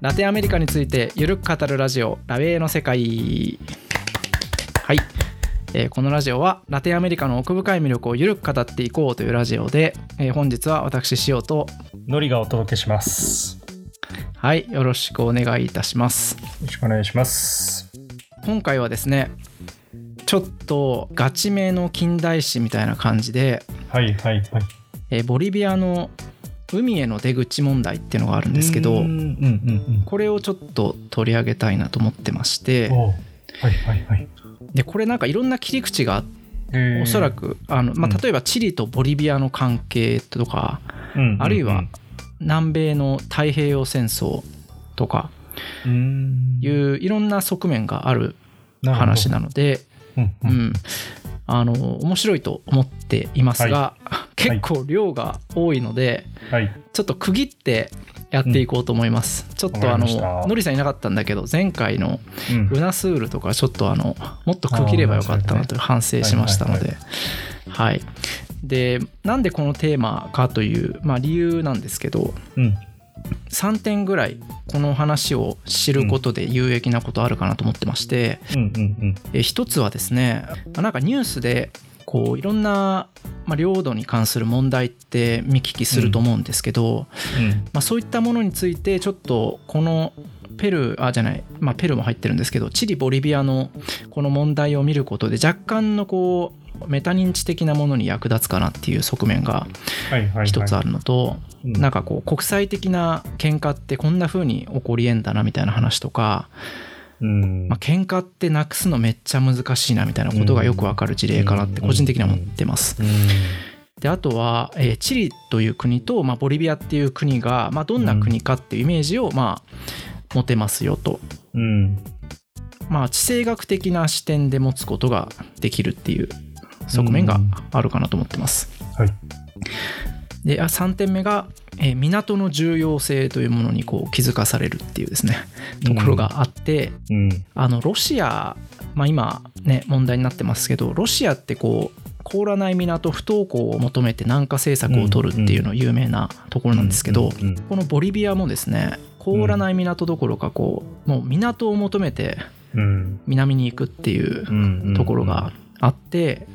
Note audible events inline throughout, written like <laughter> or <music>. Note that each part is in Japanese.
ラテンアメリカについてゆるく語るラジオラベーの世界はい、えーこのラジオはラテンアメリカの奥深い魅力をゆるく語っていこうというラジオで、えー本日は私しおとノリがお届けします。よはいよろしくお願いいたしますろしくお願いします。今回はですねちょっとガチめの近代史みたいな感じで、はいはいはい。えーボリビアの海への出口問題っていうのがあるんですけうどんうんこれをちょっと取り上げたいなと思ってましうてん。おうはいはいはい。でこれなんかいろんな切り口があってえーおそら、くあの、まうあ、ん例えばチリとボリビアの関係とか、うんうんうんあるいは、南米の太平洋戦争とかうんいういろんな側面がある話ななので、るほうど。うんうんん、あの面白いと思っていますが、 <laughs> 結構量が多いので、はい。ちょっと区切ってやっていこうと思います、ちょっとあわかりましのたのりさんいなかったんだけど前回のうんルナスールとかちょっとあのもっと区切ればよかったなと反省しましたのではいでなんでこのテーマかという、まあ、理由なんですけどうん3点ぐらいこの話を知ることで有益なことあるかなと思ってまして、うんうんえ一つはですねまあなんかニュースでこういろんな、まあ、領土に関する問題って見聞きすると思うんですけど、うんまあ、そういったものについてちょっとこのペルーあじゃない、まあ、ペルーも入ってるんですけどチリボリビアのこの問題を見ることで若干のこうメタ認知的なものに役立つかなっていう側面がはいはいはい。一つあるのと、うん。なんかかこう国際的な喧嘩ってこんな風に起こりえんだなみたいな話とか、うんまあ、喧嘩ってなくすのめっちゃ難しいなみたいなことがよくわかる事例かなって個人的には思ってます。であとは、えーチリという国と、まあ、ボリビアっていう国が、まあ、どんな国かっていうイメージを、まあ、持てますよと、うんまあ、地政学的な視点で持つことができるっていう側面があるかなと思ってます。はいであ3点目が、えー港の重要性というものにこう気づかされるっていうですねところがあって、うんあのロシア、まあ、今ね問題になってますけどロシアってこう凍らない港不登校を求めて南下政策を取るっていうの有名なところなんですけど、うんこのボリビアもですね凍らない港どころかこうもう港を求めてうん南に行くっていううんうんところがあって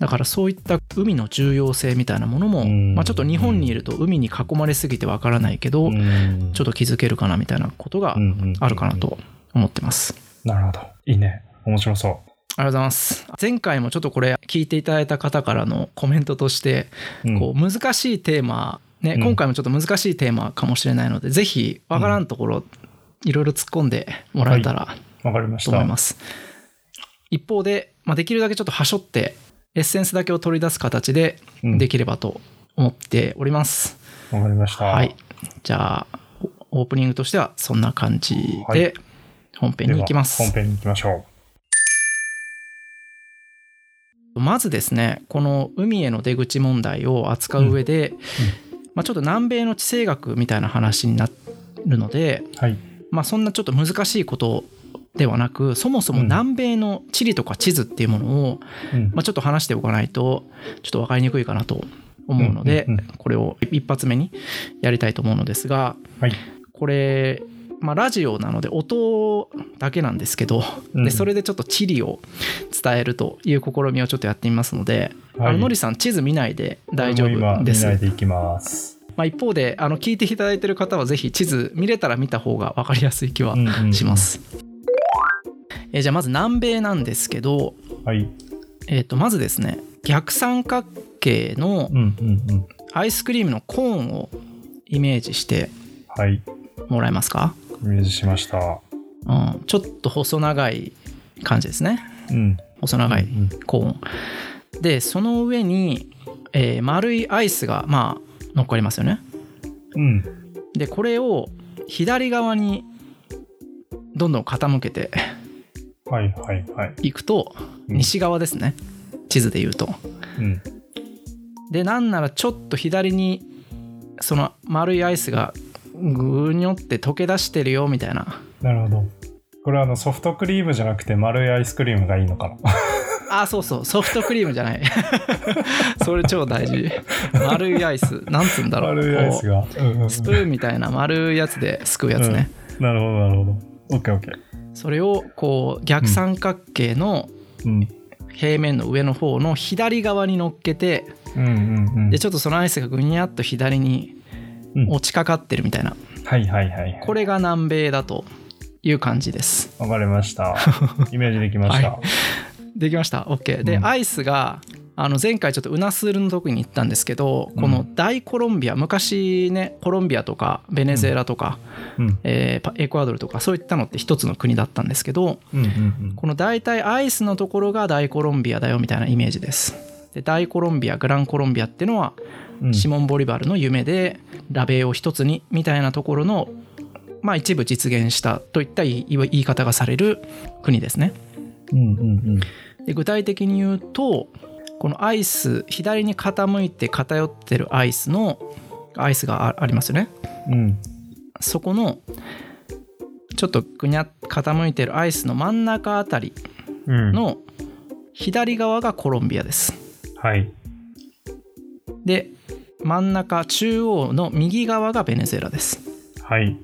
だからそういった海の重要性みたいなものも、うんまあ、ちょっと日本にいると海に囲まれすぎてわからないけど、うんちょっと気づけるかなみたいなことがうんうんあるかなと思ってます。なるほどいいね面白そありがとうございます前回もちょっとこれ聞いていただいた方からのコメントとして、ううんこう難しいテーマ、ねうん今回もちょっと難しいテーマかもしれないのでぜひわからんところ、いろいろ突っ込んでもらえたらわかりましとた思います、一方で、まあ、できるだけちょっとはしょってエッセンスだけを取り出す形でうんできればと思っております、わかりましたはいじゃあオープニングとしてはそんな感じはでい本編に行きます、では本編に行きましょまずですねこの海への出口問題を扱う上で、まあ、ちょっと南米の地政学みたいな話になるので、う。はい。まあ、そんなちょっと難しいことではなくそもそも南米の地理とか地図っていうものを、うんまあ、ちょっと話しておかないとちょっと分かりにくいかなと思うので、うんうんこれを一発目にやりたいと思うのですがはい。これ、まあ、ラジオなので音だけなんですけど、うんでそれでちょっと地理を伝えるという試みをちょっとやってみますので、はいあののりさん地図見ないで大丈これも今夫です見ないでいきます。まあ、一方であの聞いていただいてる方はぜひ地図見れたら見た方が分かりやすい気はうんうんしま。す、えーじゃあまず南米なんですけど、はい。えー、とまずですね逆三角形のうんうんうん。アイスクリームのコーンをイメージしてはい。もらえますか、イメージしました。うん、ちょっと細長い感じですねうん。細長いうんコーンでその上に、えー丸いアイスがまあ乗っかりますよねうん。でこれを左側にどんどん傾けてはいはいはい。いくとうん西側ですね、地図で言うとうん。でなんならちょっと左にその丸いアイスがぐにょって溶け出してるよみたいななるほど。これはあのソフトクリームじゃなくて丸いアイスクリームがいいのかな。あ、そうそう、ソフトクリームじゃない。 <laughs> それ超大事。丸いアイス。なんつうんだろう。丸いアイスが。うんうんうんこうスプーンみたいな丸いやつですくうやつね。なるほど、なるほど。オッケーオッケー。それを、こう、逆三角形のうん。平面の上の方の左側に乗っけて、うんうんうん。で、ちょっとそのアイスがぐにゃっと左にうん落ちかかってるみたいな。はいはいはいはい。これが南米だという感じです。わかりま <laughs> した。イメージできました。はできました OK で、うんアイスがあの前回ちょっとウナスールの時に行ったんですけどこうの大コロンビア昔ねコロンビアとかベネズエラとか、うん。えーパエクアドルとかそういったのって一つの国だったんですけどうんうんうん。この大体アイスのところが大コロンビアだよみたいなイメージですで大コロンビアグランコロンビアってのはうんシモン・ボリバルの夢でラベーを一つにみたいなところのまあ一部実現したといった言い言い方がされる国ですねうんうんで具体的に言うとこのアイス左に傾いて偏ってるアイスのアイスがあありますよねうん。うん。そこのちょっとぐにゃっ傾いてるアイスの真ん中あたりうん。の左側がコロンビアですはい。で真ん中中央の右側がベネズエラですはい。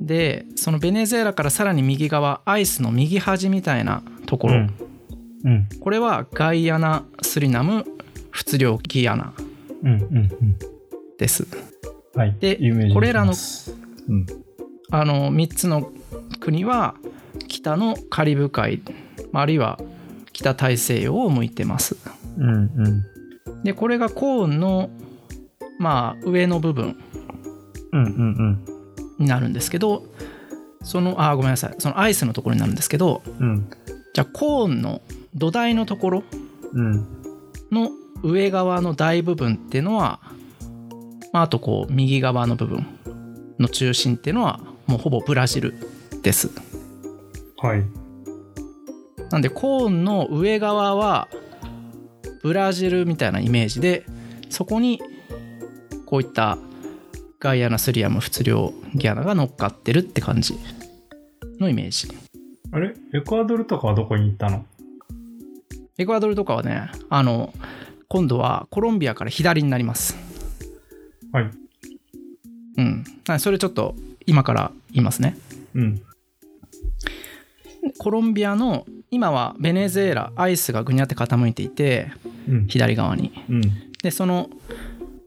でそのベネズエラからさらに右側アイスの右端みたいなとこうろ、ん。うんこれはガイアナスリナム仏領ギアナうんうんうん。ですはい。でイメージきますこれらのうん。あの3つの国は北のカリブ海まああるいは北大西洋を向いてますうんうん。でこれがコーンのまあ上の部分うんうんになるんですけどそのあごめんなさいそのアイスのところになるんですけどうん。うんじゃあコーンの土台のところうん。の上側の大部分っていうのは、まあ、あとこう右側の部分の中心っていうのはもうほぼブラジルですはい。なんでコーンの上側はブラジルみたいなイメージでそこにこういったガイアナスリアム仏領ギアナが乗っかってるって感じのイメージあれエクアドルとかはどこに行ったのエクアドルとかはねあの今度はコロンビアから左になりますはい。うんあそれちょっと今から言いますねうん。コロンビアの今はベネズエラアイスがぐにゃって傾いていてうん。左側にうん。でその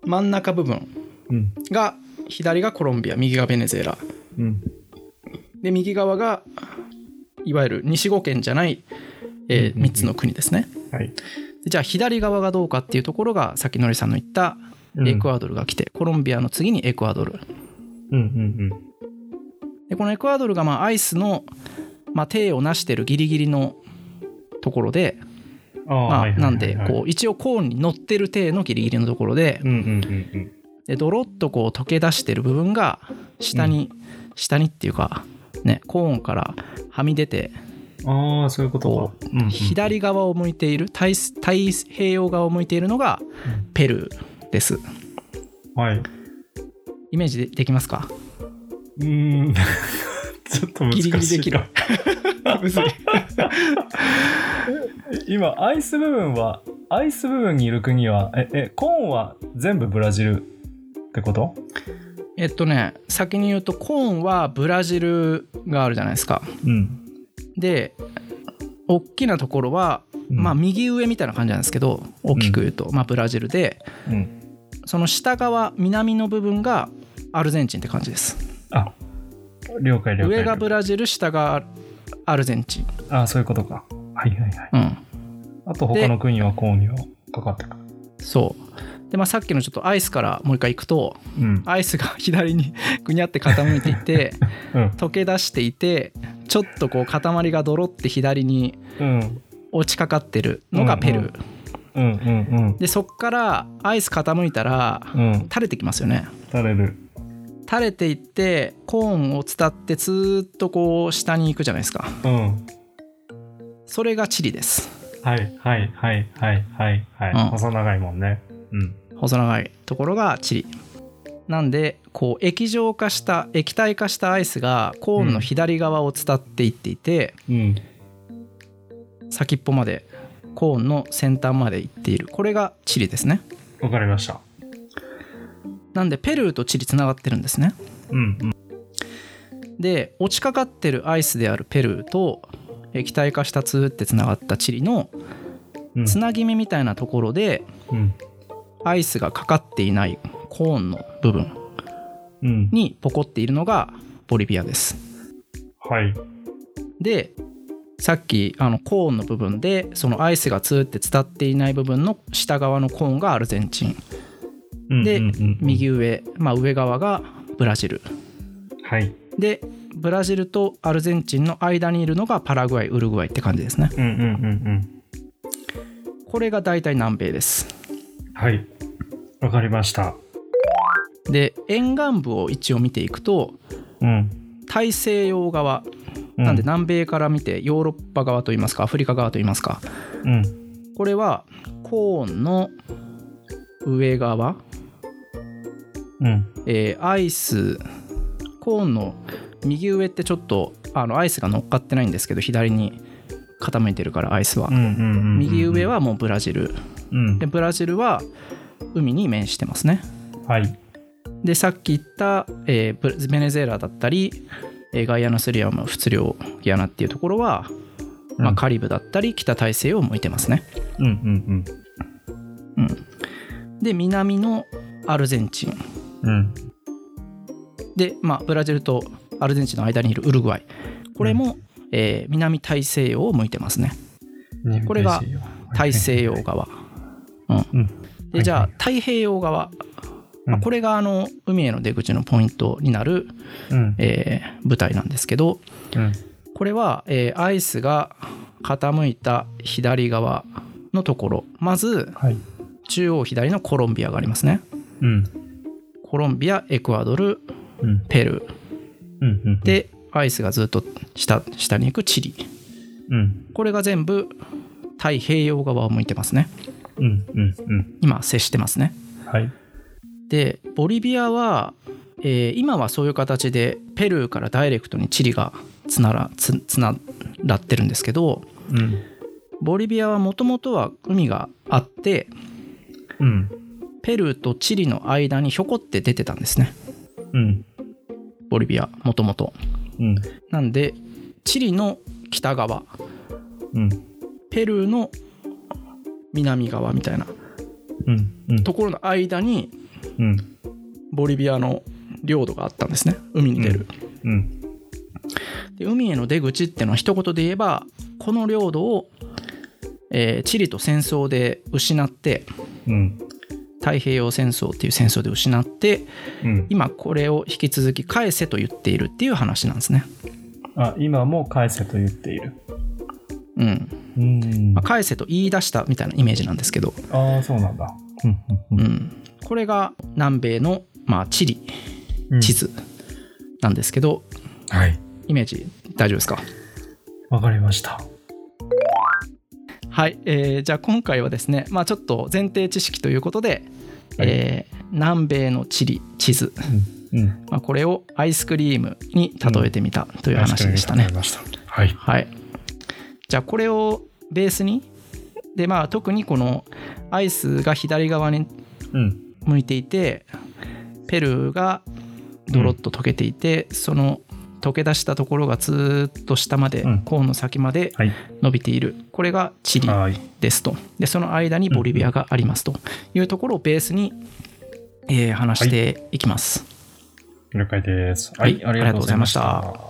真ん中部分うん。が左がコロンビア右がベネズエラうん。で右側がいわゆる西5県じゃない、えうんうんうん3つの国ですねはい。でじゃあ左側がどうかっていうところがさっきのりさんの言ったエクアアドルが来て、コロンビアの次にエクアドルうんうんでこのエクアドルがまあアイスの、まあ、体を成してるギリギリのところで、うん。あまああ、なんでこう一応コーンに乗ってる体のギリギリのところでう。うんうんうんでドロッとこう溶け出してる部分が下に、下にっていうかねコーンからはみ出てうん。ああ、そういうことこか。うんうん。左側を向いている太太平洋側を向いているのがうんペルーですはい。イメージでできますかうーん <laughs> ちょっと難しいギリギリできるむずい今アイス部分はアイス部分にいる国はええコーンは全部ブラジルってことえっとね先に言うとコーンはブラジルがあるじゃないですかうん、で大きなところは、まあ右上みたいな感じなんですけど大きく言うと、まあブラジルでうん、その下側南の部分がアルゼンチンって感じですあ了解了解上がブラジル下がアルゼンチン、あそういうことかはいはいはいうん、あと他の国はコーンにはかかってくるそうで、まあ、さっきのちょっとアイスからもう一回行くとうんアイスが左に <laughs> ぐにゃって傾いていてうん溶け出していてちょっとこう塊がドロって左にうん落ちかかってるのがペルー、うんうんうんでそっからアイス傾いたらうんうん垂れてきますよね垂れる垂れていってコーンを伝ってずーっとこう下に行くじゃないですかうんそれがチリですはいはいはいはいはいはい、うん細長いもんねうん細長いところがチリなんでこう液状化した液体化したアイスがコーンの左側を伝っていっていて、うん先っぽまでコーンの先端まで行っているこれがチリですねわかりました。なんでペルーとチリつながってるんですねうんうん。で落ちかかってるアイスであるペルーと液体化したツーってつながったチリのうんつなぎ目みたいなところでうん。アイスがかかっていないコーンの部分うん。にポコっているのがボリビアですはい。でさっきあのコーンの部分でそのアイスがツーって伝っていない部分の下側のコーンがアルゼンチンうんでうんうん、右上、まあ、上側がブラジルはい。でブラジルとアルゼンチンの間にいるのがパラグアイウルグアイって感じですねうんうんうんこれが大体南米ですうん。はい。わかりました。で沿岸部を一応見ていくとうん。大西洋側うなんで、南米から見てヨーロッパ側といいますかアフリカ側といいますかうん。これはコーンの上側うん。えーアイスコーンの右上ってちょっとあのアイスが乗っかってないんですけど左に傾いてるからアイスはうん。うんうんうん。右上、はもうブラジルうんで。ブラジルは海に面してますねはい。でさっき言った、えーブベネズエラだったり、えーガイアナスリアム仏領ギアナっていうところは、まうあ、んカリブだったり北大西洋を向いてますね、うんうんうん、で南のアルゼンチンうん。うん。で、まあ、ブラジルとアルゼンチンの間にいるウルグアイこれも、えー南大西洋を向いてますねこれが大西洋側、うんうんでじゃはあい太平洋側、まうあ、んこれがあの海への出口のポイントになる、うんえー舞台なんですけどうんこれは、えーアイスが傾いた左側のところまずはい中央左のコロンビアがありますねうんコロンビアエクアドルうんペルーうんうんでアイスがずっと下下に行くチリうんこれが全部太平洋側を向いてますねうんうんうん今接してますねはいでボリビアは、えー今はそういう形でペルーからダイレクトにチリがつならつつながってるんですけどうんボリビアはもともとは海があってうんペルーとチリの間にひょこって出てたんですねうんボリビアもともとうんなんでチリの北側うんペルーの南側みたいなうんうんところの間にうんボリビアの領土があったんですね海に出る、うんで海への出口っていうのは一言で言えばこの領土を、えーチリと戦争で失ってうん太平洋戦争っていう戦争で失ってうん今これを引き続き返せと言っているっていう話なんですね。あ今も返せと言っているうんうんまあ、返せと言い出したみたいなイメージなんですけど、ああそうなんだうんううんん、これが南米の、まあ、チリうん地図なんですけど、はいイメージ大丈夫ですかわかりましたはい、えーじゃあ今回はですね、まあ、ちょっと前提知識ということで、はいえー南米の地理地図、うんうんまあ、これをアイスクリームに例えてみたという話でしたねわ、かりましたはいはい、じゃあこれをベースにで、まあ、特にこのアイスが左側にうん向いていてペルーがドロッと溶けていて、その溶け出したところがずーっと下まで、うんコーンの先まではい伸びているこれがチリはいですとでその間にボリビアがありますというところをベースに、えー話していきます。了解ですはいありがとうございました